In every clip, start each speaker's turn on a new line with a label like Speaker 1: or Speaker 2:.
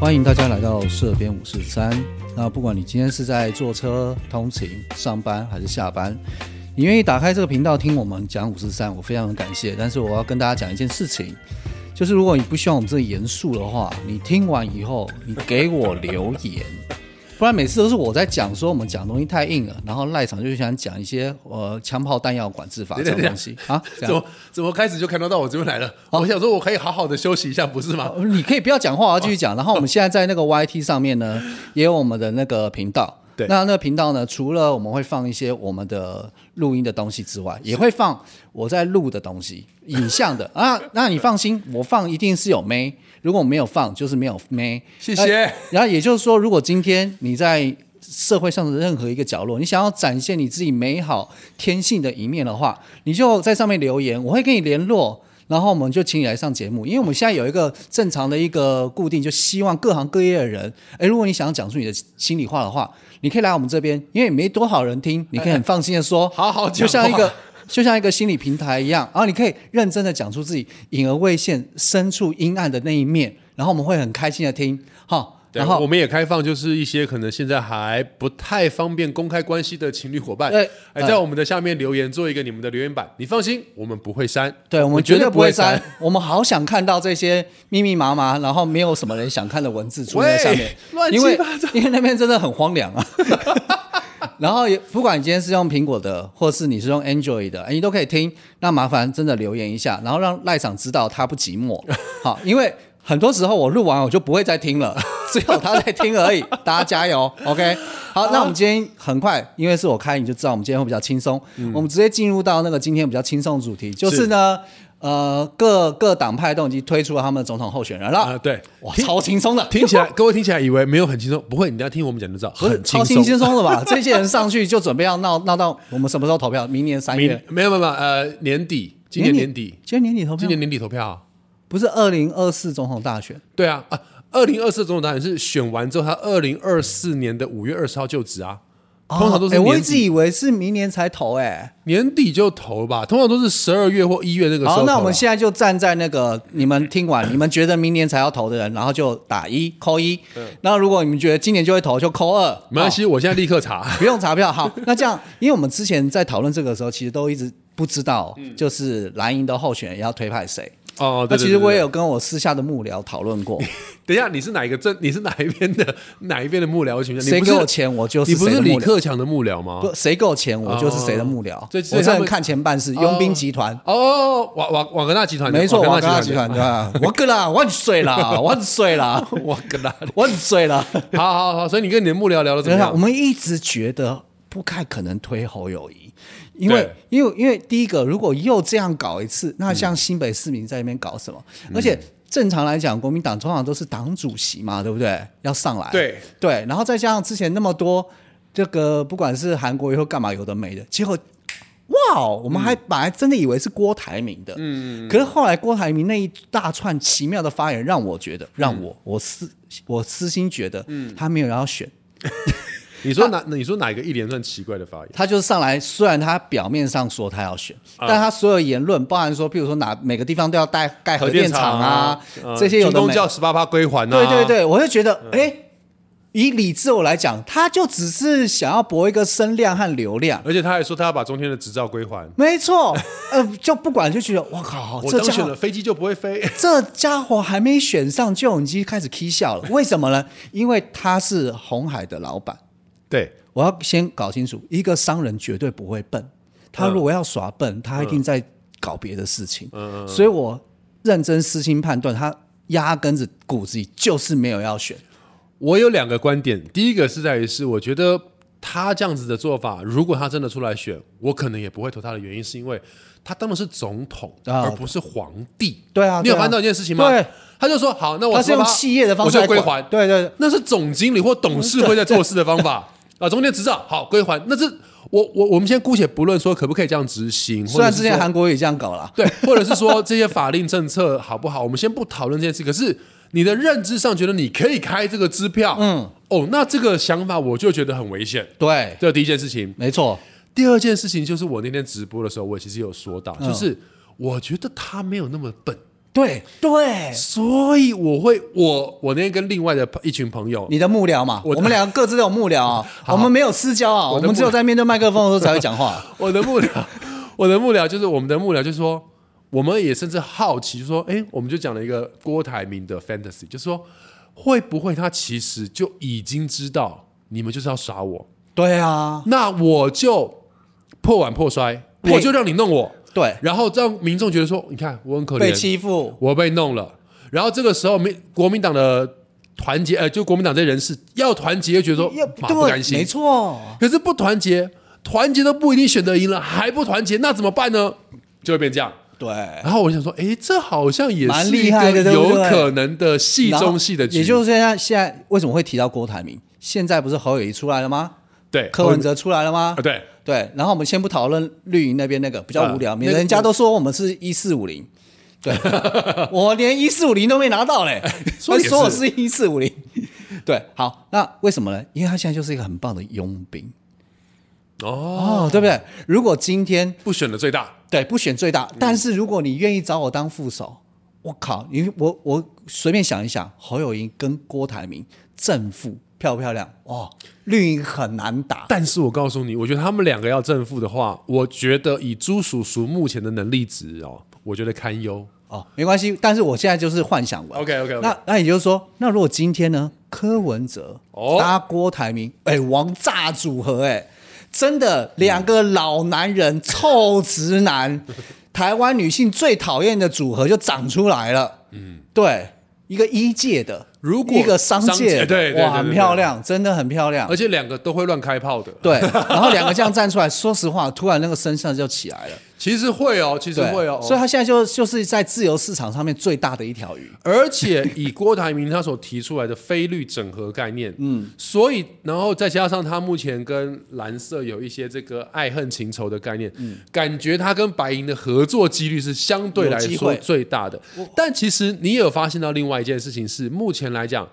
Speaker 1: 欢迎大家来到社编五四三。那不管你今天是在坐车通勤、上班还是下班，你愿意打开这个频道听我们讲五四三，我非常的感谢。但是我要跟大家讲一件事情，就是如果你不希望我们这个严肃的话，你听完以后你给我留言，不然每次都是我在讲说我们讲东西太硬了，然后赖场就想讲一些呃枪炮弹药管制法这种东 西 啊，这
Speaker 2: 怎
Speaker 1: 样
Speaker 2: 么怎么开始就看到到我这边来了？我想说，我可以好好的休息一下，不是吗？
Speaker 1: 呃你可以不要讲话，我要继续讲。然后我们现在在 那个 YT 上面呢，也有我们的那个频道。
Speaker 2: 对
Speaker 1: 那那个频道呢，除了我们会放一些我们的录音的东西之外，也会放我在录的东西，影像 的啊。那你放心，我放一定是有妹，如果没有放，就是没有妹。
Speaker 2: 谢谢
Speaker 1: 呃然后也就是说，如果今天你在社会上的任何一个角落，你想要展现你自己美好天性的一面的话，你就在上面留言，我会跟你联络。然后我们就请你来上节目，因为我们现在有一个正常的一个固定，就希望各行各业的人，哎，如果你想要讲出你的心里话的话，你可以来我们这边，因为没多少人听，你可以很放心的说，
Speaker 2: 好好讲
Speaker 1: 就像一
Speaker 2: 话
Speaker 1: 个就像一个心理平台一样，然后你可以认真的讲出自己隐而未现、深处阴暗的那一面，然后我们会很开心的听，哈。
Speaker 2: 对
Speaker 1: 然后
Speaker 2: 我们也开放，就是一些可能现在还不太方便公开关系的情侣伙伴
Speaker 1: 对，呃
Speaker 2: 哎，在我们的下面留言做一个你们的留言板。你放心，我们不会删，
Speaker 1: 对，我们
Speaker 2: 绝
Speaker 1: 绝对
Speaker 2: 不
Speaker 1: 不
Speaker 2: 会
Speaker 1: 会删。。我们好想看到这些密密麻麻，然后没有什么人想看的文字出现在下面
Speaker 2: 喂，乱七
Speaker 1: 因为
Speaker 2: 八
Speaker 1: 因为那边真的很荒凉啊。 然后也不管你今天是用苹果的，或是你是用 Android 的，哎你都可以听。那麻烦真的留言一下，然后让赖场知道他不寂寞。好，因为很多时候我录完我就不会再听了， 只有他在听而已。大家加油，OK？好，那我们今天很快，因为是我开，你就知道我们今天会比较轻松。我们直接进入到那个今天比较轻松的主题，就是呢，呃，各各党派都已经推出了他们的总统候选人了。
Speaker 2: 啊，对，
Speaker 1: 哇，
Speaker 2: 听
Speaker 1: 超轻松的，
Speaker 2: 听 起来，各位听起来以为没有很轻松，不会，你等一下听我们讲就知道，
Speaker 1: 不是
Speaker 2: 很
Speaker 1: 超轻
Speaker 2: 轻松。
Speaker 1: 轻松的 吧？这些人上去就准备要闹闹到我们什么时候投票？明年三
Speaker 2: 明
Speaker 1: 月，
Speaker 2: 没有没有没有，呃，年底，今年年底，，
Speaker 1: 今年年底投票，
Speaker 2: 今年年底投票啊。
Speaker 1: 不是二零二四总统大选，
Speaker 2: 对啊啊，二零二四总统大选是选完之后，他二零二四年的五月二十号就职啊，通常都是
Speaker 1: 哦哎我一
Speaker 2: 年
Speaker 1: 直
Speaker 2: 底、
Speaker 1: 以为是明年才投哎。
Speaker 2: 年底就投吧，通常都是十二月或一月那个时候、啊
Speaker 1: 好，那我们
Speaker 2: 先
Speaker 1: 现在就站在那个你们听完， 你们觉得明年才要投的人，然后就打一扣一。那如果你们觉得今年就会投，就扣二。
Speaker 2: 没关系，我现在立刻查。
Speaker 1: 好， 不用查票。好，那这样，因为我们之前在讨论这个时候，其实都一直不知道，就是蓝营的候选人要推派谁。
Speaker 2: 嗯哦，
Speaker 1: 那
Speaker 2: 对
Speaker 1: 其实我也。
Speaker 2: 对对对
Speaker 1: 有跟我私下的幕僚讨论过，
Speaker 2: 等一 下，你是哪一个政？你是哪一边的？ 哪一边的幕僚群？你
Speaker 1: 谁
Speaker 2: 不
Speaker 1: 给
Speaker 2: 是
Speaker 1: 我钱我就是
Speaker 2: 你不
Speaker 1: 谁
Speaker 2: 是
Speaker 1: 的幕
Speaker 2: 李
Speaker 1: 僚
Speaker 2: 克强的幕僚吗？哦
Speaker 1: 不，谁给我钱，我就是谁的幕僚。
Speaker 2: 这这
Speaker 1: 我
Speaker 2: 他
Speaker 1: 这人
Speaker 2: 们
Speaker 1: 看钱办事，佣兵集团。
Speaker 2: 哦，瓦瓦瓦格纳集团的，
Speaker 1: 没错，瓦格纳
Speaker 2: 纳
Speaker 1: 集
Speaker 2: 的
Speaker 1: 团对吧？我个啦，我很水啦，我很水啦，
Speaker 2: 瓦格纳。
Speaker 1: 我很水啦。
Speaker 2: 好好好，所以你跟你的幕僚聊的怎
Speaker 1: 真
Speaker 2: 么
Speaker 1: 啊的，我
Speaker 2: 样？
Speaker 1: 们一直觉得不太可能推侯友谊，因为
Speaker 2: 对
Speaker 1: 因为因为第一个，如果又这样搞一次，那像新北市民在那边搞什么？
Speaker 2: 嗯
Speaker 1: 而且正常来讲，国民党通常都是党主席嘛，对不对？要上来，
Speaker 2: 对
Speaker 1: 对，然后再加上之前那么多这个，不管是韩国以后干嘛有的没的，结果。哇哦！我们还
Speaker 2: 嗯
Speaker 1: 本来真的以为是郭台铭的，嗯，可是后来郭台铭那一大串奇妙的发言，让我觉得，让我、
Speaker 2: 嗯
Speaker 1: 我私我私心觉得，嗯，他没有要选，
Speaker 2: 你
Speaker 1: 啊
Speaker 2: 说哪？你说哪一个一连串奇怪的发言？
Speaker 1: 他就是上来，虽然他表面上说他要选，
Speaker 2: 啊
Speaker 1: 但他所有言论，包含说，譬如说哪每个地方都要盖盖核电厂啊，
Speaker 2: 呃
Speaker 1: 这些有
Speaker 2: 军
Speaker 1: 的
Speaker 2: 工
Speaker 1: 没。
Speaker 2: 教十八趴归还啊，嗯
Speaker 1: 对对对，我就觉得，哎、以理智我来讲，他就只是想要博一个声量和流量。
Speaker 2: 而且他还说他要把中天的执照归还。
Speaker 1: 没 错，呃，就不管就觉得，哇靠，
Speaker 2: 我
Speaker 1: 这
Speaker 2: 当
Speaker 1: 家
Speaker 2: 选
Speaker 1: 伙
Speaker 2: 了，飞机就不会飞。
Speaker 1: 这家伙还没选上就已经开始 k 笑了，为什么呢？因为他是红海的老板，
Speaker 2: 对，
Speaker 1: 我要先搞清楚，一个商人绝对不会笨，他
Speaker 2: 嗯
Speaker 1: 如果要耍笨，他一定在搞别的事情。
Speaker 2: 嗯
Speaker 1: 所以我认真私心判断，他压根子骨子里就是没有要选。
Speaker 2: 我有两个观点，第一个是在于是我觉得他这样子的做法，如果他真的出来选，我可能也不会投他的原因，是因为他当的是总统，
Speaker 1: 啊
Speaker 2: 而不是皇帝。
Speaker 1: 对啊
Speaker 2: 你有
Speaker 1: 对啊
Speaker 2: 看到一件事情吗？
Speaker 1: 对，
Speaker 2: 他就说好，那我
Speaker 1: 他是用
Speaker 2: 18
Speaker 1: 企业的方式
Speaker 2: 哦我
Speaker 1: 来
Speaker 2: 就归
Speaker 1: 管
Speaker 2: 还。
Speaker 1: 对对对
Speaker 2: 那是总经理或董事会在做事的方法 啊。中间执照好归还，那是我我我们先姑且不论说可不可以这样执行，
Speaker 1: 虽
Speaker 2: 或
Speaker 1: 然
Speaker 2: 者
Speaker 1: 之
Speaker 2: 是
Speaker 1: 前
Speaker 2: 说
Speaker 1: 韩国也这样搞了，
Speaker 2: 对，或者是说这些法令政策好不好，我们先不讨论这件事。可是你的认知上觉得你可以开这个支票，嗯，哦，那这个想法我就觉得很危险。
Speaker 1: 对，
Speaker 2: 这是第一件事情。
Speaker 1: 没错，
Speaker 2: 第二件事情就是我那天直播的时候，我其实有说到，就是我觉得他没有那么笨。
Speaker 1: 对对，
Speaker 2: 所以我会，我我那天跟另外的一群朋友，
Speaker 1: 你的幕僚嘛，我
Speaker 2: 我
Speaker 1: 们两个各自都有幕僚 啊，我们没有私交啊，我
Speaker 2: 的
Speaker 1: 们只有在面对麦克风的时候才会讲话。
Speaker 2: 我的幕僚，我的幕僚就是我们的幕僚，就是说，我们也甚至好奇，就说，哎，我们就讲了一个郭台铭的 fantasy，就是说，会不会他其实就已经知道你们就是要耍我，
Speaker 1: 对啊，
Speaker 2: 那我就破碗破摔，
Speaker 1: 配
Speaker 2: 我就让你弄我，
Speaker 1: 对，
Speaker 2: 然后让民众觉得说，你看我很可
Speaker 1: 被
Speaker 2: 怜，
Speaker 1: 欺负，
Speaker 2: 我被弄了，然后这个时候民国民党的。团结，呃，就国民党这些人士要团结，又觉得说
Speaker 1: 又
Speaker 2: 妈不甘
Speaker 1: 对，
Speaker 2: 心，
Speaker 1: 没错，
Speaker 2: 可是不团结，团结都不一定选择赢了，还不团结，那怎么办呢？就会变这样。
Speaker 1: 对。
Speaker 2: 然后我就想说，诶，这好像也
Speaker 1: 蛮
Speaker 2: 是
Speaker 1: 厉
Speaker 2: 一
Speaker 1: 害
Speaker 2: 个
Speaker 1: 的对不
Speaker 2: 有
Speaker 1: 对
Speaker 2: 可能的戏中戏的局，
Speaker 1: 也就是现在现在为什么会提到郭台铭？现在不是侯友谊出来了吗？
Speaker 2: 对
Speaker 1: 柯文哲出来了吗
Speaker 2: 啊，？哎对
Speaker 1: 对，然后我们先不讨论绿营那边那个比较无聊，
Speaker 2: 啊
Speaker 1: 免得人家都说我们是一四五零。 对，我连一四五零都没拿到嘞，
Speaker 2: 说也是
Speaker 1: 说我是一四五零。对，好，那为什么呢？因为他现在就是一个很棒的佣兵
Speaker 2: 哦，
Speaker 1: 哦，对不对？如果今天
Speaker 2: 不选的最大，
Speaker 1: 对不选最大，但是如果你愿意找我当副手，我靠，你我我随便想一想，侯友谊跟郭台铭正负漂不漂亮？哦，绿营很难打。
Speaker 2: 但是我告诉你，我觉得他们两个要正负的话，我觉得以朱叔叔目前的能力值哦，我觉得堪忧。
Speaker 1: 哦，没关系，但是我现在就是幻想文。
Speaker 2: OK，OK，OK
Speaker 1: 那那也就是说，那如果今天呢，柯文哲
Speaker 2: 哦
Speaker 1: 搭郭台铭，哎、王炸组合、哎，真的两个老男 人、臭直男，台湾女性最讨厌的组合就长出来了。嗯，对，一个医界的，
Speaker 2: 如果
Speaker 1: 一个商
Speaker 2: 商
Speaker 1: 界的，
Speaker 2: 界对对对
Speaker 1: 哇，
Speaker 2: 对
Speaker 1: 很
Speaker 2: 对
Speaker 1: 漂亮，真的很漂亮
Speaker 2: 而。且两个都会乱开炮的，
Speaker 1: 对，然后两个这样站出来， 说实话，突然那个声相就起来了，
Speaker 2: 其实会哦，其实
Speaker 1: 对，
Speaker 2: 会哦，
Speaker 1: 所以他现在就就是在自由市场上面最大的一条鱼。
Speaker 2: 而且以郭台铭他所提出来的非律整合概念，嗯，所以然后再加上他目前跟蓝色有一些这个爱恨情仇的概念，
Speaker 1: 嗯
Speaker 2: 感觉他跟白银的合作几率是相对来
Speaker 1: 有机
Speaker 2: 说
Speaker 1: 会
Speaker 2: 最大的。但其实你也有发现到另外一件事情是，目前来讲。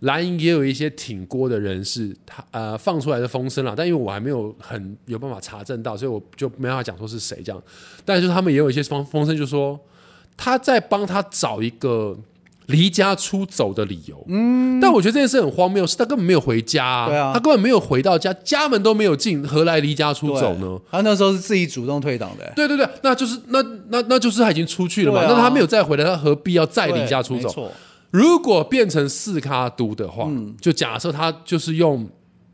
Speaker 2: 蓝营也有一些挺郭的人士，他呃放出来的风声啦，但因为我还没有很有办法查证到，所以我就没办法讲说是谁这样。但是他们也有一些风风声，就说他在帮他找一个离家出走的理由。嗯，但我觉得这件事很荒谬，是他根本没有回家、
Speaker 1: 对啊
Speaker 2: 他根本没有回到家，家门都没有进，何来离家出走呢？
Speaker 1: 他那时候是自己主动退党的、
Speaker 2: 对对对，那就是那那那就是他已经出去了嘛，
Speaker 1: 对啊
Speaker 2: 那他没有再回来，他何必要再离家出
Speaker 1: 对没
Speaker 2: 走？
Speaker 1: 错嗯
Speaker 2: 如果变成四咖都的话，就假设他就是用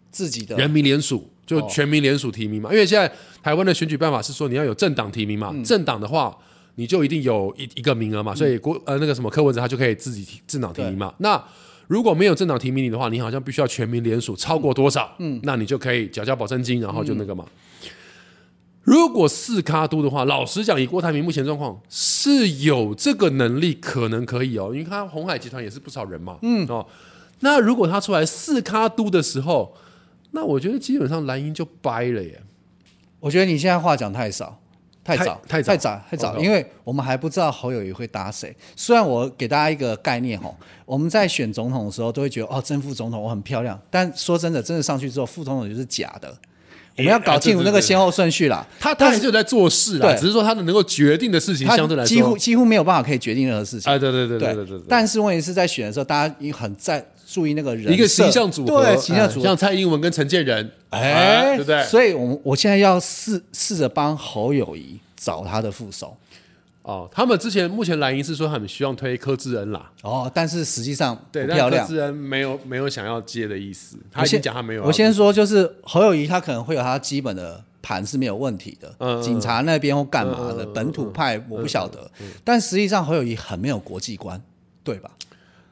Speaker 1: 自己的
Speaker 2: 人民联署，就全民联署提名嘛。因为现在台湾的选举办法是说你要有政党提名嘛，政党的话你就一定有一一个名额嘛，所以国呃那个什么柯文哲他就可以自己提政党提名嘛。那如果没有政党提名你的话，你好像必须要全民联署超过多少，嗯，那你就可以缴交保证金，然后就那个嘛。如果四咖都的话，老实讲，以郭台铭目前状况是有这个能力，可能可以哦，因为他红海集团也是不少人嘛，嗯哦。那如果他出来四咖都的时候，那我觉得基本上蓝鹰就掰了耶。
Speaker 1: 我觉得你现在话讲太少，太
Speaker 2: 太
Speaker 1: 早，
Speaker 2: 太
Speaker 1: 太
Speaker 2: 早哦
Speaker 1: 早，太早，
Speaker 2: OK
Speaker 1: 因为我们还不知道侯友谊会搭谁。虽然我给大家一个概念哦，我们在选总统的时候都会觉得哦，正副总统我很漂亮，但说真的，真的上去之后，副总统就是假的。我们要搞清楚那个先后顺序啦。
Speaker 2: 他他还是有在做事啦，
Speaker 1: 对
Speaker 2: 只是说他的能够决定的事情
Speaker 1: 他
Speaker 2: 相对来说，
Speaker 1: 几乎几乎没有办法可以决定任何事情。
Speaker 2: 哎，对对对对对对对，
Speaker 1: 但是问题是在选的时候，大家也很在注意那个人设
Speaker 2: 一个形象组合，
Speaker 1: 对形象组
Speaker 2: 哎
Speaker 1: 合
Speaker 2: 像蔡英文跟陈建仁，
Speaker 1: 哎，
Speaker 2: 啊对不对？
Speaker 1: 所以我们我现在要试试着帮侯友谊找他的副手
Speaker 2: 哦，他们之前目前蓝营是说他们希望推柯志恩啦，
Speaker 1: 哦，但是实际上不
Speaker 2: 对，
Speaker 1: 漂
Speaker 2: 但柯
Speaker 1: 亮。
Speaker 2: 志恩没有没有想要接的意思，他
Speaker 1: 我
Speaker 2: 已经
Speaker 1: 先
Speaker 2: 讲他没有要，啊
Speaker 1: 我先说，就是侯友谊他可能会有他基本的盘是没有问题的，
Speaker 2: 嗯嗯嗯
Speaker 1: 警察那边或干嘛的，本土派我不晓得，但实际上侯友谊很没有国际观，对吧？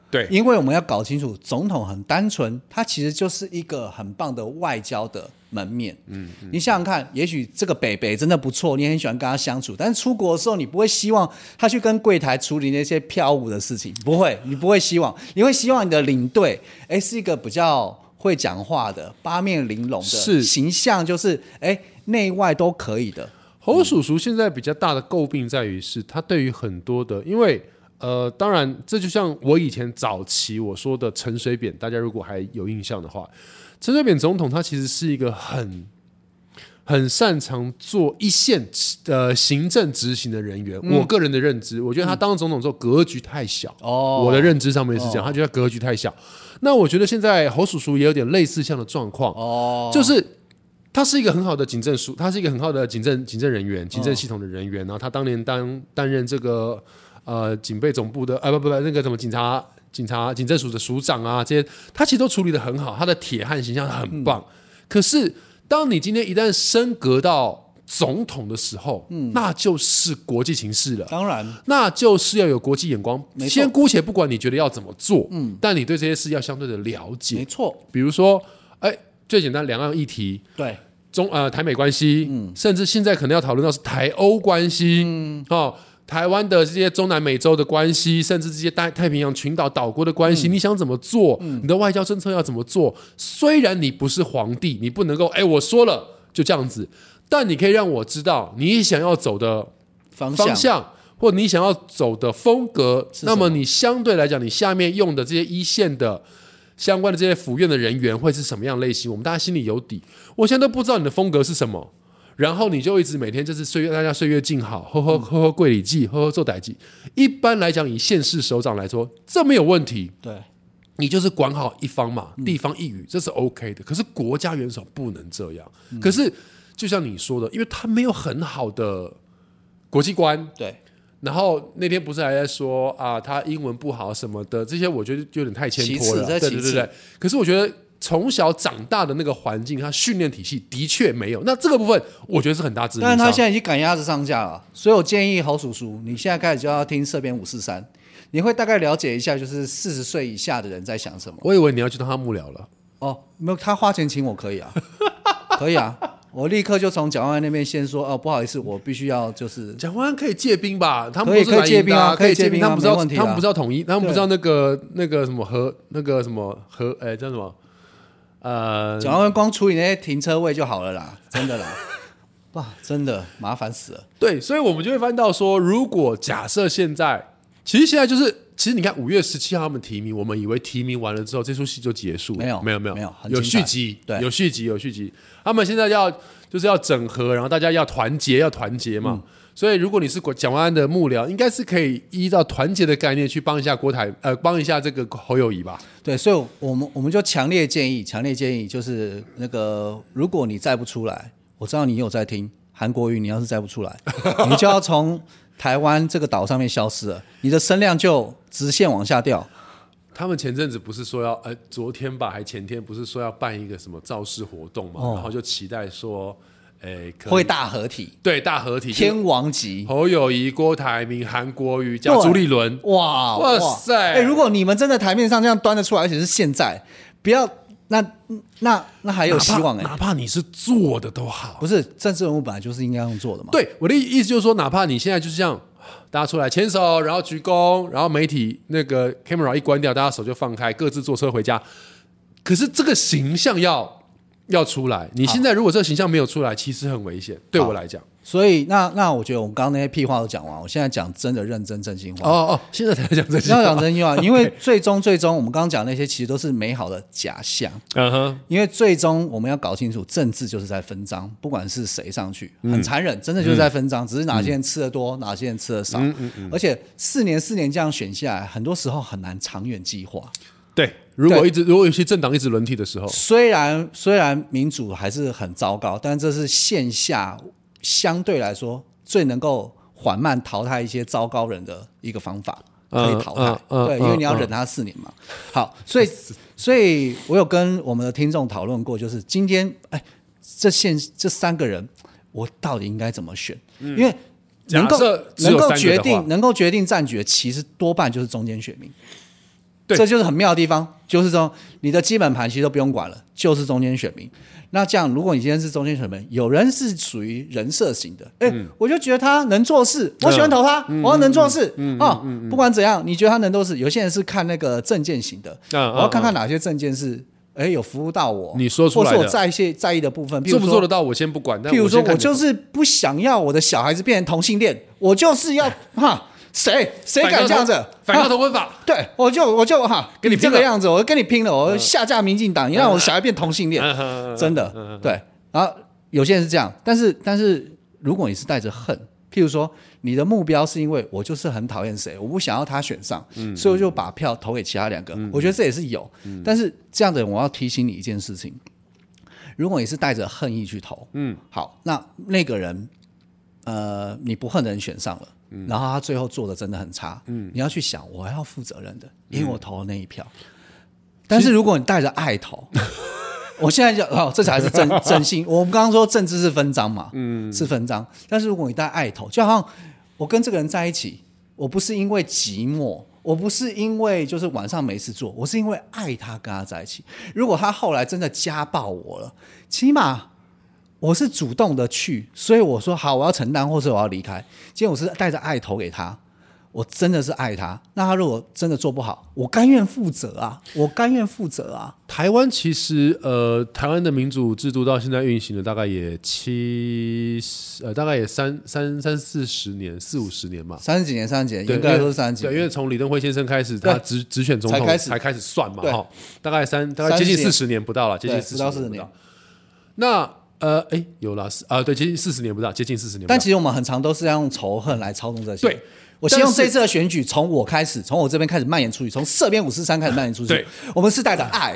Speaker 2: 对
Speaker 1: 因为我们要搞清楚，总统很单纯，他其实就是一个很棒的外交的门面。嗯，你想想看，也许这个北北真的不错，你也很喜欢跟他相处，但是出国的时候，你不会希望他去跟柜台处理那些票务的事情，不会，你不会希望，你会希望你的领队，哎，是一个比较会讲话的、八面玲珑的
Speaker 2: 是
Speaker 1: 形象，就是哎，内外都可以的。
Speaker 2: 侯叔叔现在比较大的诟病在于是，他对于很多的，因为呃，当然这就像我以前早期我说的陈水扁，大家如果还有印象的话，陈水扁总统他其实是一个很很擅长做一线呃行政执行的人员。我个人的认知，我觉得他当总统之后格局太小。
Speaker 1: 哦
Speaker 2: 我的认知上面是这样，他觉得格局太小。那我觉得现在侯叔叔也有点类似这样的状况，
Speaker 1: 哦，
Speaker 2: 就是他是一个很好的警政署，他是一个很好的警政警政人员、警政系统的人员。然后他当年当担任这个呃警备总部的呃不不不那个什么警察警察警政署的署长啊，这些他其实都处理的很好，他的铁汉形象很棒。可是当你今天一旦升格到总统的时候，那就是国际形势了。
Speaker 1: 当然
Speaker 2: 那就是要有国际眼光。
Speaker 1: 没错
Speaker 2: 先姑且不管你觉得要怎么做，嗯，但你对这些事要相对的了
Speaker 1: 没
Speaker 2: 解。
Speaker 1: 错，
Speaker 2: 比如说，哎，最简单两岸议题，
Speaker 1: 对，
Speaker 2: 中呃台美关系，
Speaker 1: 嗯
Speaker 2: 甚至现在可能要讨论到是台欧关系，哦，台湾的这些中南美洲的关系，甚至这些大太平洋群岛岛国的关
Speaker 1: 嗯
Speaker 2: 系，你想怎么做？你的外交政策要怎么做？虽然你不是皇帝，你不能够哎我说了就这样子，但你可以让我知道你想要走的
Speaker 1: 方
Speaker 2: 方向或你想要走的风格，
Speaker 1: 是什么
Speaker 2: 那么你相对来讲，你下面用的这些一线的相关的这些府院的人员会是什么样类型，我们大家心里有底。我现在都不知道你的风格是什么，然后你就一直每天就是岁月，大家岁月静好，呵
Speaker 1: 嗯
Speaker 2: 呵呵呵贵里记，呵呵做歹记。一般来讲，以县市首长来说，这没有问题，
Speaker 1: 对，
Speaker 2: 你就是管好一方嘛，
Speaker 1: 嗯
Speaker 2: 地方一隅，这是 OK 的。可是国家元首不能这样。
Speaker 1: 嗯
Speaker 2: 可是就像你说的，因为他没有很好的国际观，
Speaker 1: 对，
Speaker 2: 然后那天不是还在说啊，他英文不好什么的，这些我觉得有点太牵拖
Speaker 1: 其次
Speaker 2: 了。
Speaker 1: 在
Speaker 2: 对
Speaker 1: 其
Speaker 2: 对
Speaker 1: 次
Speaker 2: 对对。可是我觉得从小长大的那个环境，他训练体系的确没有。那这个部分，我觉得是很大致。
Speaker 1: 但是他现在已经赶鸭子上架了，所以我建议侯叔叔，你现在开始就要听社编五四三，你会大概了解一下，就是四十岁以下的人在想什么。
Speaker 2: 我以为你要去当他幕僚了。
Speaker 1: 哦，没有，他花钱请我可以啊，可以啊，我立刻就从蒋万安那边先说，哦，不好意思，我必须要就是
Speaker 2: 蒋万安可以借兵吧？他们
Speaker 1: 可以
Speaker 2: 不是
Speaker 1: 可以借兵啊
Speaker 2: 蓝营的
Speaker 1: 可
Speaker 2: 可
Speaker 1: 以借
Speaker 2: 借
Speaker 1: 兵啊
Speaker 2: 他们不知道，
Speaker 1: 没问题啊
Speaker 2: 他们不知道统一，他们
Speaker 1: 对
Speaker 2: 不知道那个那个什么和那个什么和哎叫什么呃
Speaker 1: 蒋万安光处理那些停车位就好了啦，真的啦，哇，真的麻烦死了，
Speaker 2: 对，所以我们就会翻到说，如果假设现在，其实现在就是，其实你看五月十七号他们提名，我们以为提名完了之后这出戏就结束了，
Speaker 1: 没有
Speaker 2: 没有没有
Speaker 1: 没有很
Speaker 2: 有
Speaker 1: 精彩
Speaker 2: 续集，
Speaker 1: 对
Speaker 2: 有续集有续集，他们现在要就是要整合，然后大家要团结，要团结嘛。
Speaker 1: 嗯
Speaker 2: 所以，如果你是国蒋万安的幕僚，应该是可以依照团结的概念去帮一下郭台，呃，帮一下这个侯友谊吧。
Speaker 1: 对，所以我们我们就强烈建议，强烈建议就是那个，如果你再不出来，我知道你有在听韩国瑜，你要是再不出来，你就要从台湾这个岛上面消失了，你的声量就直线往下掉。
Speaker 2: 他们前阵子不是说要呃，昨天吧，还前天不是说要办一个什么造势活动嘛，然后就期待说，诶，可能
Speaker 1: 哦会大合体，
Speaker 2: 对大合体，
Speaker 1: 天王级，
Speaker 2: 侯友谊、郭台铭、韩国瑜加
Speaker 1: 对
Speaker 2: 朱立伦，
Speaker 1: 哇
Speaker 2: 哇塞
Speaker 1: 哎、如果你们真的台面上这样端得出来，而且是现在，不要那那那还有希望哎、
Speaker 2: 哪怕哪怕你是做的都好。
Speaker 1: 不是政治人物本来就是应该这样做的嘛，
Speaker 2: 对我的意思就是说，哪怕你现在就是这样， 大家出来牵手，然后鞠躬，然后媒体那个 camera 一关掉，大家手就放开，各自坐车回家。可是这个形象要要出来，你现在如果这个形象没有出来，其实很危险。对我来讲，
Speaker 1: 所以那那我觉得我们刚刚那些屁话都讲完，我现在讲真的认真真心话。
Speaker 2: 哦哦，现在才讲 这些
Speaker 1: 要讲真心话，因为最终最终我们刚刚讲那些其实都是美好的假象，
Speaker 2: 嗯哼，
Speaker 1: 因为最终我们要搞清楚，政治就是在分赃，不管是谁上去，很残忍，真的就是在分赃，只是哪些人吃的多，哪些人吃的少，而且四年四年这样选下来，很多时候很难长远计划。
Speaker 2: 对。如果
Speaker 1: 对
Speaker 2: 一直如果有些政党一直轮替的时候，
Speaker 1: 虽然虽然民主还是很糟糕，但这是线下相对来说最能够缓慢淘汰一些糟糕人的一个方法，可
Speaker 2: 嗯
Speaker 1: 以淘汰。
Speaker 2: 嗯嗯
Speaker 1: 对，
Speaker 2: 嗯
Speaker 1: 因为你要忍他四年嘛。好，所 以所以我有跟我们的听众讨论过，就是今天哎，这线这三个人，我到底应该怎么选？因为能够
Speaker 2: 嗯假设只有
Speaker 1: 能够
Speaker 2: 三个的
Speaker 1: 决
Speaker 2: 话
Speaker 1: 定能够决定战局，其实多半就是中间选民。
Speaker 2: 对
Speaker 1: 这就是很妙的地方，就是说你的基本盘其实都不用管了，就是中间选民。那这样，如果你今天是中间选民，有人是属于人设型的，哎、
Speaker 2: 嗯
Speaker 1: 我就觉得他能做事，我喜欢投他，我要能做事啊、
Speaker 2: 嗯
Speaker 1: 不管怎样，你觉得他能做事，有些人是看那个证件型的，
Speaker 2: 嗯
Speaker 1: 我要看看哪些证件是哎有服务到我，
Speaker 2: 你说出来
Speaker 1: 或
Speaker 2: 的
Speaker 1: 是我在意些在意的部分，譬如
Speaker 2: 做
Speaker 1: 说
Speaker 2: 不做得到我先不管。但
Speaker 1: 譬如说，
Speaker 2: 先看
Speaker 1: 我
Speaker 2: 你的
Speaker 1: 就是不想要我的小孩子变成同性恋，我就是要哈，谁谁敢这样子？
Speaker 2: 哎反抗
Speaker 1: 哈
Speaker 2: 同婚法，
Speaker 1: 对，我就我就哈，
Speaker 2: 跟你
Speaker 1: 这
Speaker 2: 拼了嗯
Speaker 1: 个样子，我就跟你拼了，我就下架民进党，你让我的小孩变同性恋
Speaker 2: 嗯嗯嗯，嗯
Speaker 1: 真的对。然后有些人是这样，但是但是如果你是带着恨，譬如说你的目标是因为我就是很讨厌谁，我不想要他选上，
Speaker 2: 嗯
Speaker 1: 所以我就把票投给其他两个，我觉得这也是有。但是这样的人，我要提醒你一件事情：如果你是带着恨意去投，嗯，好，那那个人，呃，你不恨的人选上了。然后他最后做的真的很差，嗯，你要去想，我要负责任的，因为我投了那一票。但是如果你带着爱投， 我现在就哦，这才是 真真心。我们刚刚说政治是分赃嘛，嗯，是分赃。但是如果你带爱头，就好像我跟这个人在一起，我不是因为寂寞，我不是因为就是晚上没事做，我是因为爱他跟他在一起。如果他后来真的家暴我了，起码我是主动的去，所以我说好，我要承担，或者我要离开。今天我是带着爱投给他。我真的是爱他，那他如果真的做不好，我甘愿负责啊，我甘愿负责啊。
Speaker 2: 台湾其实呃，台湾的民主制度到现在运行了大概也七十呃，大概也三三三四十年，四五十年嘛。
Speaker 1: 三十几年，三十几年，
Speaker 2: 对
Speaker 1: 应该都是三十几
Speaker 2: 对，因
Speaker 1: 年。
Speaker 2: 为从李登辉先生开始，他
Speaker 1: 对
Speaker 2: 直直选总统
Speaker 1: 才开始
Speaker 2: 算嘛，
Speaker 1: 对
Speaker 2: 哈，大概三大概接近
Speaker 1: 30年
Speaker 2: 四十年不到了，接近
Speaker 1: 对
Speaker 2: 40
Speaker 1: 不到40
Speaker 2: 年
Speaker 1: 年
Speaker 2: 到。那呃，哎，有了是啊，对，接近四十年不到，接近四十年不到。
Speaker 1: 但其实我们很常都是要用仇恨来操纵这些。
Speaker 2: 对，
Speaker 1: 我希望
Speaker 2: 但是
Speaker 1: 这次的选举从我开始，从我这边开始蔓延出去，从社边五四三开始蔓延出去。
Speaker 2: 对，
Speaker 1: 我们是带着爱，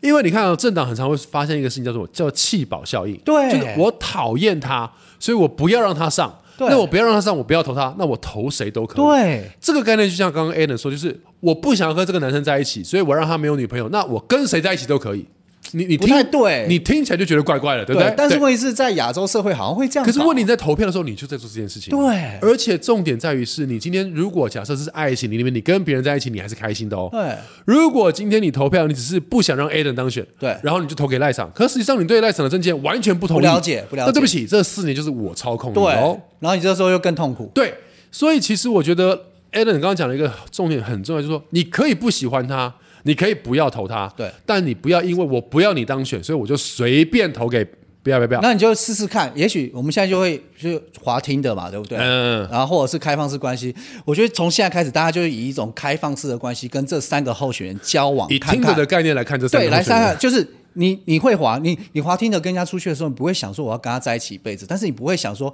Speaker 2: 因为你看啊、政党很常会发现一个事情叫做叫弃保效应，
Speaker 1: 对
Speaker 2: 就是我讨厌他，所以我不要让他上。
Speaker 1: 对
Speaker 2: 那我不要让他上，我不要投他，那我投谁都可以。
Speaker 1: 对
Speaker 2: 这个概念就像刚刚 a l a n 说，就是我不想和这个男生在一起，所以我让他没有女朋友，那我跟谁在一起都可以。你你
Speaker 1: 不
Speaker 2: 听
Speaker 1: 太对
Speaker 2: 你听起来就觉得怪怪的，对不对？
Speaker 1: 但是
Speaker 2: 对
Speaker 1: 问题是在亚洲社会好像会这样。
Speaker 2: 可是问，你在投票的时候，你就在做这件事情。
Speaker 1: 对
Speaker 2: 而且重点在于是你今天如果假设这是爱情里面，你跟别人在一起，你还是开心的哦。
Speaker 1: 对，
Speaker 2: 如果今天你投票，你只是不想让 Aden 当选，
Speaker 1: 对
Speaker 2: 然后你就投给赖场，可实际上你对赖场的政见完全不同意，
Speaker 1: 不了解不了解
Speaker 2: 那对不起，这四年就是我操控你
Speaker 1: 对
Speaker 2: 的哦。，
Speaker 1: 然后你这时候又更痛苦。
Speaker 2: 对，所以其实我觉得 Aden 刚刚讲了一个重点很重要，就是说你可以不喜欢他，你可以不要投他，
Speaker 1: 对，
Speaker 2: 但你不要因为我不要你当选，所以我就随便投给不要不要不要。
Speaker 1: 那你就试试看，也许我们现在就会就是滑听的嘛，对不对？
Speaker 2: 嗯
Speaker 1: 然后或者是开放式关系，我觉得从现在开始，大家就以一种开放式的关系跟这三个候选人交往，
Speaker 2: 以
Speaker 1: 看
Speaker 2: 听
Speaker 1: 看
Speaker 2: 着的概念来看，这三
Speaker 1: 对，
Speaker 2: 个
Speaker 1: 来
Speaker 2: 候选
Speaker 1: 三
Speaker 2: 人
Speaker 1: 个就是你你会滑，你你滑听的跟人家出去的时候，你不会想说我要跟他在一起一辈子，但是你不会想说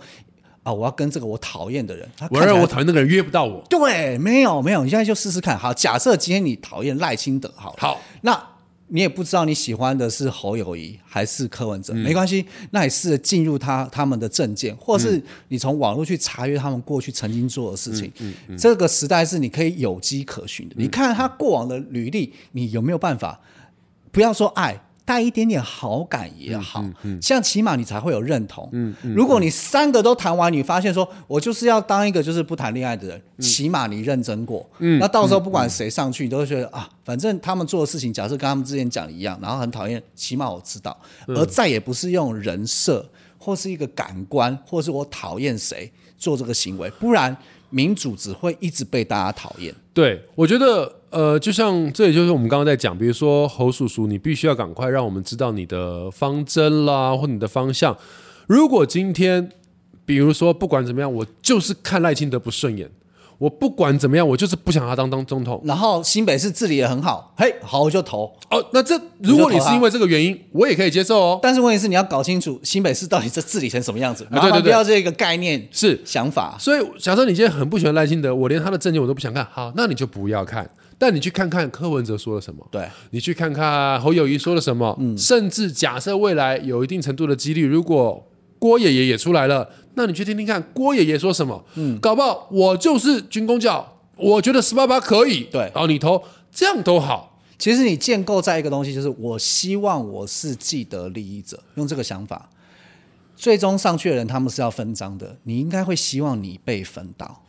Speaker 1: 啊，我要跟这个我讨厌的人， 他
Speaker 2: 我
Speaker 1: 看起
Speaker 2: 认
Speaker 1: 来
Speaker 2: 为我讨厌那个人约不到我，
Speaker 1: 对，没有没有，你现在就试试看。好，假设今天你讨厌赖清德，好了，
Speaker 2: 好，
Speaker 1: 那你也不知道你喜欢的是侯友谊还是柯文哲，没关系，那你试着进入他他们的政见，或是你从网络去查阅他们过去曾经做的事情。这个时代是你可以有迹可循的。你看他过往的履历，你有没有办法？不要说爱，带一点点好感也好，这样起码你才会有认同。如果你三个都谈完，你发现说我就是要当一个就是不谈恋爱的人，起码你认真过。那到时候不管谁上去，你都会觉得啊，反正他们做的事情，假设跟他们之前讲的一样，然后很讨厌，起码我知道，而再也不是用人设或是一个感官，或是我讨厌谁做这个行为，不然民主只会一直被大家讨厌。
Speaker 2: 对，我觉得呃，就像这也就是我们刚刚在讲，比如说侯叔叔，你必须要赶快让我们知道你的方针啦，或你的方向。如果今天，比如说不管怎么样，我就是看赖清德不顺眼，我不管怎么样，我就是不想他当当总统。
Speaker 1: 然后新北市治理也很好，嘿，好我就投。
Speaker 2: 哦，那这如果你
Speaker 1: 投
Speaker 2: 是
Speaker 1: 他
Speaker 2: 因为这个原因，我也可以接受哦。
Speaker 1: 但是问题是，你要搞清楚新北市到底这治理成什么样子，
Speaker 2: 啊对
Speaker 1: 麻
Speaker 2: 对
Speaker 1: 烦
Speaker 2: 对
Speaker 1: 不要这个概念
Speaker 2: 是
Speaker 1: 想法。
Speaker 2: 所以，假设你今天很不喜欢赖清德，我连他的证件我都不想看，好，那你就不要看。但你去看看柯文哲说了什么，
Speaker 1: 对，
Speaker 2: 你去看看侯友谊说了什么，
Speaker 1: 嗯
Speaker 2: 甚至假设未来有一定程度的几率，如果郭爷爷也出来了，那你去听听看郭爷爷说什么，嗯，搞不好我就是军工教，我觉得十八八可以，
Speaker 1: 对
Speaker 2: 然后你投，这样都好，
Speaker 1: 其实你建构在一个东西，就是我希望我是既得利益者，用这个想法，最终上去的人他们是要分赃的，你应该会希望你被分到，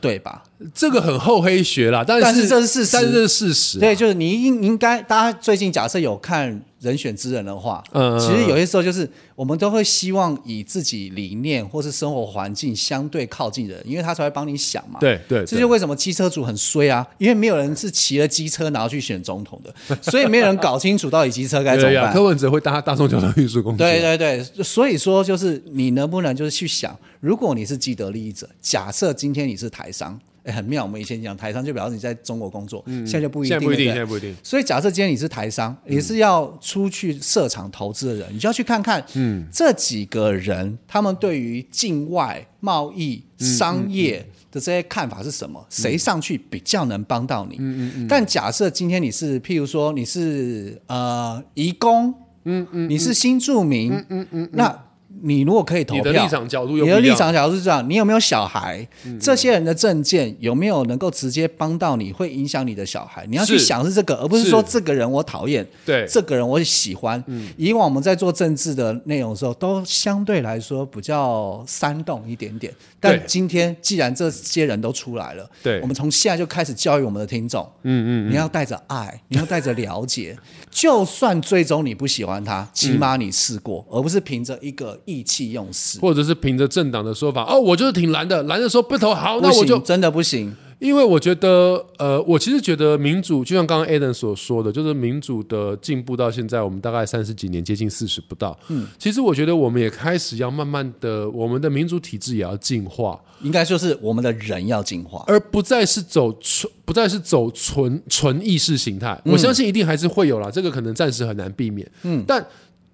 Speaker 1: 对吧？
Speaker 2: 这个很厚黑学啦，但是
Speaker 1: 但是这是事实
Speaker 2: 但是这是事实啊，
Speaker 1: 对，就是你应应该，大家最近假设有看《人选之人》的话，
Speaker 2: 嗯
Speaker 1: 其实有些时候就是我们都会希望以自己理念或是生活环境相对靠近的人，因为他才会帮你想嘛。
Speaker 2: 对对对
Speaker 1: 这就为什么机车族很衰啊，因为没有人是骑了机车然后去选总统的，所以没有人搞清楚到底机车该怎
Speaker 2: 对
Speaker 1: 么
Speaker 2: 呀，
Speaker 1: 办
Speaker 2: 柯。文哲会搭大众交通运输工具，
Speaker 1: 对对对，所以说就是你能不能就是去想，如果你是既得利益者，假设今天你是台商，哎，很妙。我们以前讲台商就表示你在中国工作，现在就不一定，
Speaker 2: 嗯现在不一定，
Speaker 1: 对
Speaker 2: 现
Speaker 1: 对
Speaker 2: 在不一定。
Speaker 1: 所以假设今天你是嗯台商，你是要出去设厂投资的人，你就要去看看，嗯，这几个人他们对于境外贸易、商业的这些看法是什么？谁上去比较能帮到你？嗯嗯嗯嗯。但假设今天你是，譬如说你是呃移工，嗯嗯，你是新住民，嗯嗯嗯，那。你如果可以投
Speaker 2: 你
Speaker 1: 票，
Speaker 2: 的立场角度又
Speaker 1: 你
Speaker 2: 不
Speaker 1: 的
Speaker 2: 一
Speaker 1: 立
Speaker 2: 样。嗯
Speaker 1: 场角度是这样：你有没有小孩？这些人的证件有没有能够直接帮到你，会影响你的小孩？你要去
Speaker 2: 是
Speaker 1: 想是这个，而不是
Speaker 2: 是
Speaker 1: 说这个人我讨厌，
Speaker 2: 对嗯
Speaker 1: 这个人我喜欢。以往我们在做政治的内容的时候，都相对来说比较煽动一点点。但今天既然这些人都出来了，
Speaker 2: 对
Speaker 1: 我们从现在就开始教育我们的听众，嗯嗯，你要带着爱，你要带着了解， 就算最终你不喜欢他，起码你试过，而不是凭着一个意气用事。
Speaker 2: 或者是凭着政党的说法，哦，我就是挺蓝的，蓝的说不投好，
Speaker 1: 不
Speaker 2: 哦那我
Speaker 1: 行，
Speaker 2: 就
Speaker 1: 真的不行。
Speaker 2: 因为我觉得，呃，我其实觉得民主，就像刚刚 Adam 所说的，就是民主的进步到现在，我们大概三十几年，接近四十不到。嗯，其实我觉得我们也开始要慢慢的，我们的民主体制也要进化，
Speaker 1: 应该就是我们的人要进化。
Speaker 2: 而不再是走纯，不再是走纯纯意识形态。我相信一定还是会有啦，这个可能暂时很难避免。嗯，但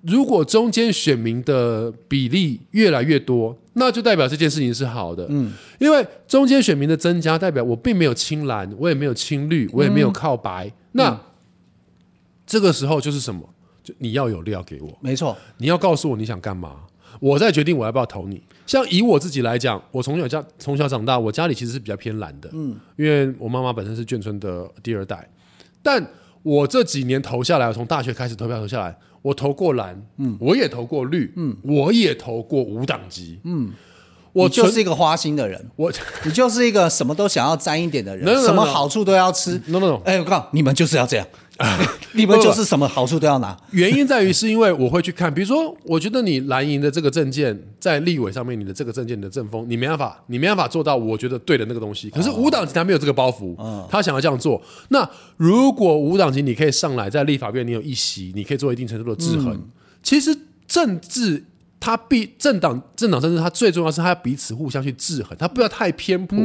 Speaker 2: 如果中间选民的比例越来越多，那就代表这件事情是好的。嗯，因为中间选民的增加，代表我并没有青蓝，我也没有青绿，我也没有靠白。那、这个时候就是什么？就你要有料给我。
Speaker 1: 没错，
Speaker 2: 你要告诉我你想干嘛，我再决定我要不要投你。像以我自己来讲，我从小家从小长大，我家里其实是比较偏蓝的，嗯，因为我妈妈本身是眷村的第二代，但我这几年投下来，我从大学开始投票投下来，我投过蓝，嗯，我也投过绿，嗯，我也投过无党籍，嗯，我
Speaker 1: 你就
Speaker 2: 纯
Speaker 1: 是一个花心的人，
Speaker 2: 我
Speaker 1: 你就是一个什么都想要沾一点的人
Speaker 2: No, no, no,
Speaker 1: 什么
Speaker 2: no.
Speaker 1: 好处都要吃。
Speaker 2: no no no，
Speaker 1: 哎，我告诉你你们就是要这样，
Speaker 2: 啊
Speaker 1: 你们就是什么好处都要拿。
Speaker 2: 原因在于是因为我会去看，比如说，我觉得你蓝营的这个证件在立委上面，你的这个证件你的政风，你没办法，你没办法做到我觉得对的那个东西。可是无党籍他没有这个包袱，他想要这样做。那如果无党籍你可以上来在立法院，你有一席，你可以做一定程度的制衡。其实政治。它必政党政党政治，它最重要是它彼此互相去制衡，它不要太偏颇。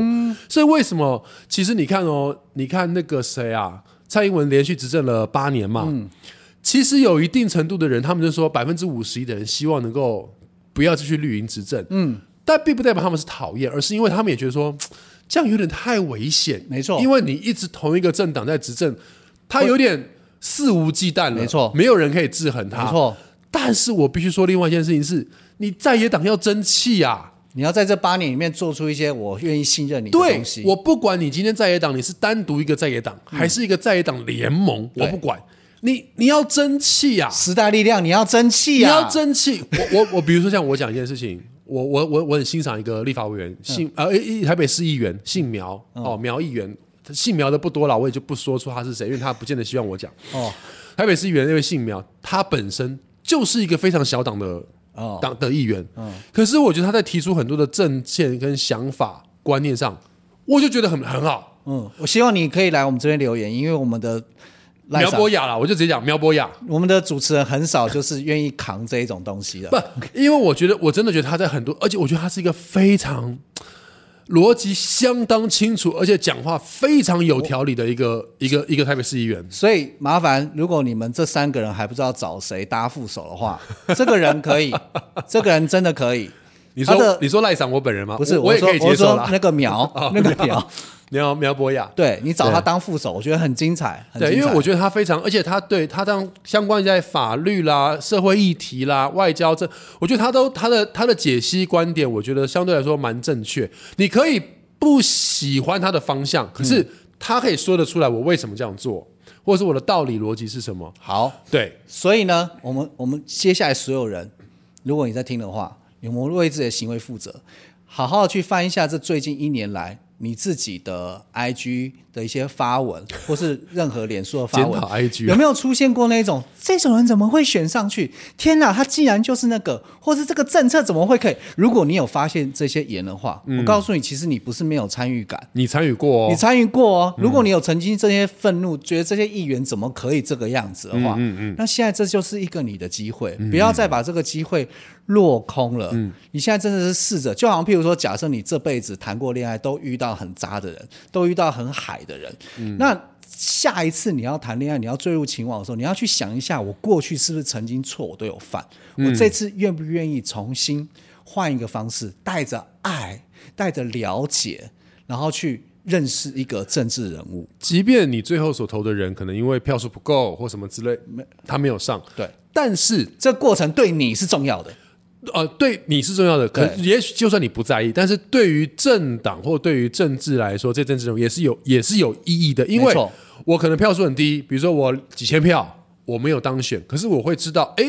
Speaker 2: 所以为什么？其实你看哦，你看那个谁啊，蔡英文连续执政了八年嘛，其实有一定程度的人，他们就说百分之五十一的人希望能够不要继续绿营执政，嗯，但并不代表他们是讨厌，而是因为他们也觉得说嘖这样有点太危险，
Speaker 1: 没错
Speaker 2: 因为你一直同一个政党在执政，他有点肆无忌惮了，
Speaker 1: 没错
Speaker 2: 没有人可以制衡他，
Speaker 1: 没。错，
Speaker 2: 但是我必须说另外一件事情是，你在野党要争气啊，
Speaker 1: 你要在这八年里面做出一些我愿意信任你的
Speaker 2: 对
Speaker 1: 东西。
Speaker 2: 我不管你今天在野党，你是单独一个在野党，还是一个在野党联盟，
Speaker 1: 嗯对
Speaker 2: 我不管，你你要争气啊，
Speaker 1: 时代力量，你要争气
Speaker 2: 你
Speaker 1: 啊！
Speaker 2: 要争气。我我我，比如说像我讲一件事情，我我我我很欣赏一个立法委
Speaker 1: 嗯
Speaker 2: 员姓、呃一一台北市议员姓苗、哦苗议员，他姓苗的不多了，我也就不说出他是谁，因为他不见得希望我讲。
Speaker 1: 哦
Speaker 2: 台北市议员那位姓苗，他本身就是一个非常小党的
Speaker 1: 哦，
Speaker 2: 党的议员，可是我觉得他在提出很多的政见跟想法观念上，我就觉得很很好。
Speaker 1: 嗯，我希望你可以来我们这边留言，因为我们的赖
Speaker 2: 苗
Speaker 1: 上
Speaker 2: 博雅啦，我就直接讲苗博雅。
Speaker 1: 我们的主持人很少就是愿意扛这一种东西的。
Speaker 2: 不，因为我觉得我真的觉得他在很多，而且我觉得他是一个非常逻辑相当清楚，而且讲话非常有条理的一个一个一个台北市议员。
Speaker 1: 所以麻烦，如果你们这三个人还不知道找谁搭副手的话， 这个人 可以，这个人真的可以。
Speaker 2: 你
Speaker 1: 他
Speaker 2: 说
Speaker 1: 的
Speaker 2: 你说赖赏我本人吗？
Speaker 1: 不是，
Speaker 2: 我
Speaker 1: 我
Speaker 2: 我也
Speaker 1: 说
Speaker 2: 可以
Speaker 1: 我
Speaker 2: 接受
Speaker 1: 说
Speaker 2: 啦。
Speaker 1: 那个 苗，那个苗，
Speaker 2: 苗苗博雅，
Speaker 1: 对你找他
Speaker 2: 对
Speaker 1: 当副手，我觉得很精彩，很精
Speaker 2: 对，
Speaker 1: 彩。
Speaker 2: 因为我觉得他非常，而且他对他当相关在法律啦、社会议题啦、外交这，我觉得他都他的他的解析观点，我觉得相对来说蛮正确。你可以不喜欢他的方向，可
Speaker 1: 嗯
Speaker 2: 是他可以说得出来我为什么这样做，或者是我的道理逻辑是什么。
Speaker 1: 好，
Speaker 2: 对，
Speaker 1: 所以呢，我们我们接下来所有人，如果你在听的话，你们为自己的行为负责，好好去翻一下这最近一年来你自己的 IG 的一些发文， 或是任何脸书的发文
Speaker 2: 检讨 IG 啊
Speaker 1: 有没有出现过那种这种人怎么会选上去？天哪，他既然就是那个，或是这个政策怎么会可以？如果你有发现这些言的话，
Speaker 2: 嗯
Speaker 1: 我告诉你，其实你不是没有参与感。
Speaker 2: 你参与过
Speaker 1: 你
Speaker 2: 哦，
Speaker 1: 参与过哦。如果你有曾经这些愤怒，觉得这些议员怎么可以这个样子的话，那现在这就是一个你的机会，不要再把这个机会落空了。嗯，你现在真的是试着，就好像譬如说，假设你这辈子谈过恋爱，都遇到很渣的人，都遇到很海的人，那。下一次你要谈恋爱，你要坠入情网的时候，你要去想一下，我过去是不是曾经错，我都有犯，我这次愿不愿意重新换一个方式，带着爱，带着了解，然后去认识一个政治人物。
Speaker 2: 即便你最后所投的人可能因为票数不够或什么之类，他没有上，
Speaker 1: 对，
Speaker 2: 但是
Speaker 1: 这过程对你是重要的。
Speaker 2: 呃，对你是重要的，可
Speaker 1: 对
Speaker 2: 也许就算你不在意，但是对于政党或对于政治来说，这政治人物也是有也是有意义的，因
Speaker 1: 没
Speaker 2: 为
Speaker 1: 错
Speaker 2: 我可能票数很低，比如说我几千票，我没有当选，可是我会知道，哎，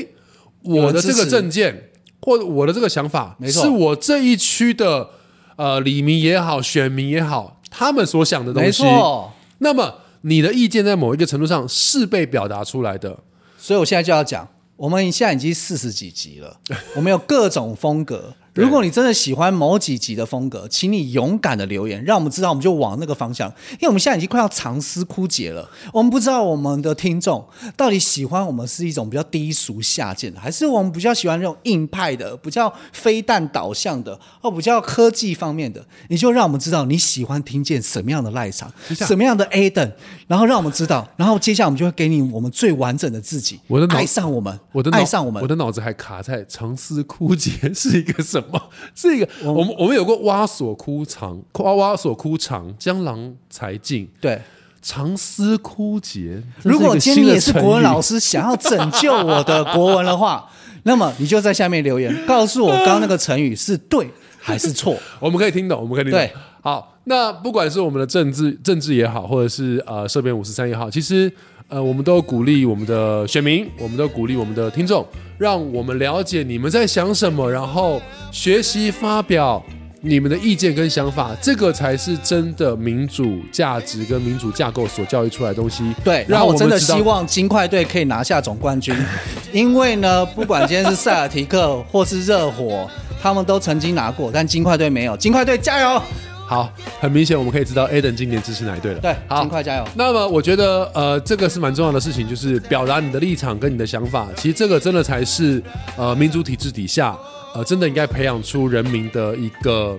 Speaker 1: 有
Speaker 2: 我的这
Speaker 1: 人
Speaker 2: 个
Speaker 1: 支持
Speaker 2: 证件或者我的这个想法，
Speaker 1: 没错
Speaker 2: 是我这一区的呃里民也好，选民也好，他们所想的东
Speaker 1: 没
Speaker 2: 西，
Speaker 1: 错，
Speaker 2: 那么你的意见在某一个程度上是被表达出来的，
Speaker 1: 所以我现在就要讲，我们现在已经四十几集 了，我们有各种风格。
Speaker 2: 对
Speaker 1: 如果你真的喜欢某几集的风格，请你勇敢的留言，让我们知道，我们就往那个方向。因为我们现在已经快要长思枯竭了，我们不知道我们的听众到底喜欢我们是一种比较低俗下贱的，还是我们比较喜欢那种硬派的、比较飞弹导向的，哦，比较科技方面的。你就让我们知道你喜欢听见什么样的赖场，
Speaker 2: 一下
Speaker 1: 什么样的 A 等，然后让我们知道，然后接下来我们就会给你我们最完整的自己。
Speaker 2: 我的脑
Speaker 1: 爱上我们，
Speaker 2: 我的脑
Speaker 1: 爱上我们
Speaker 2: 我，的脑子还卡在长思枯竭是一个什么？ 是一个我们我们有过挖所枯肠，挖挖所枯肠，江郎才尽，
Speaker 1: 对。
Speaker 2: 长思枯竭。这
Speaker 1: 如
Speaker 2: 一
Speaker 1: 果
Speaker 2: 个
Speaker 1: 今
Speaker 2: 新
Speaker 1: 天
Speaker 2: 的
Speaker 1: 你也是
Speaker 2: 成
Speaker 1: 国文
Speaker 2: 语
Speaker 1: 老师，想要拯救我的国文的话，那么你就在下面留言，告诉我刚刚那个成语是对还是错。
Speaker 2: 我们可以听懂，我们可以听懂
Speaker 1: 对。
Speaker 2: 好，那不管是我们的政治政治也好，或者是呃社编五十三也好，其实呃我们都鼓励我们的选民，我们都鼓励我们的听众，让我们了解你们在想什么，然后学习发表。你们的意见跟想法，这个才是真的民主价值跟民主架构所教育出来的东西。
Speaker 1: 对，然
Speaker 2: 让
Speaker 1: 后我
Speaker 2: 们
Speaker 1: 真的
Speaker 2: 知道
Speaker 1: 希望金块队可以拿下总冠军， 因为呢，不管今天是塞尔提克或是热火，他们都曾经拿过，但金块队没有。金块队加油！
Speaker 2: 好，很明显我们可以知道 Aden 今年支持哪一队了。
Speaker 1: 对，
Speaker 2: 好，
Speaker 1: 金块加油！
Speaker 2: 那么我觉得，呃，这个是蛮重要的事情，就是表达你的立场跟你的想法。其实这个真的才是，呃，民主体制底下，呃，真的应该培养出人民的一个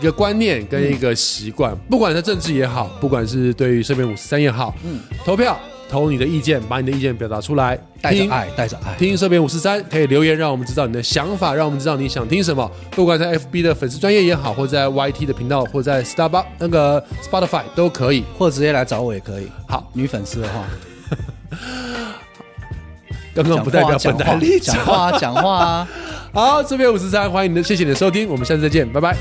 Speaker 2: 一个观念跟一个习惯，不管是政治也好，不管是对于身边五十三也好，嗯，投票投你的意见，把你的意见表达出来，
Speaker 1: 带着
Speaker 2: 听
Speaker 1: 爱，带着爱。
Speaker 2: 听社编五十三，可以留言让我们知道你的想法，让我们知道你想听什么。不管在 FB 的粉丝专业也好，或在 YT 的频道，或在 Starbucks 那个 Spotify 都可以。
Speaker 1: 或直接来找我也可以。
Speaker 2: 好，
Speaker 1: 女粉丝的话，讲
Speaker 2: 刚刚
Speaker 1: 话
Speaker 2: 不代表
Speaker 1: 讲
Speaker 2: 本
Speaker 1: 话
Speaker 2: 台立
Speaker 1: 讲
Speaker 2: 场。
Speaker 1: 话啊，讲话啊。
Speaker 2: 好，这边五十三，欢迎你的，谢谢你的收听，我们下次再见，拜拜。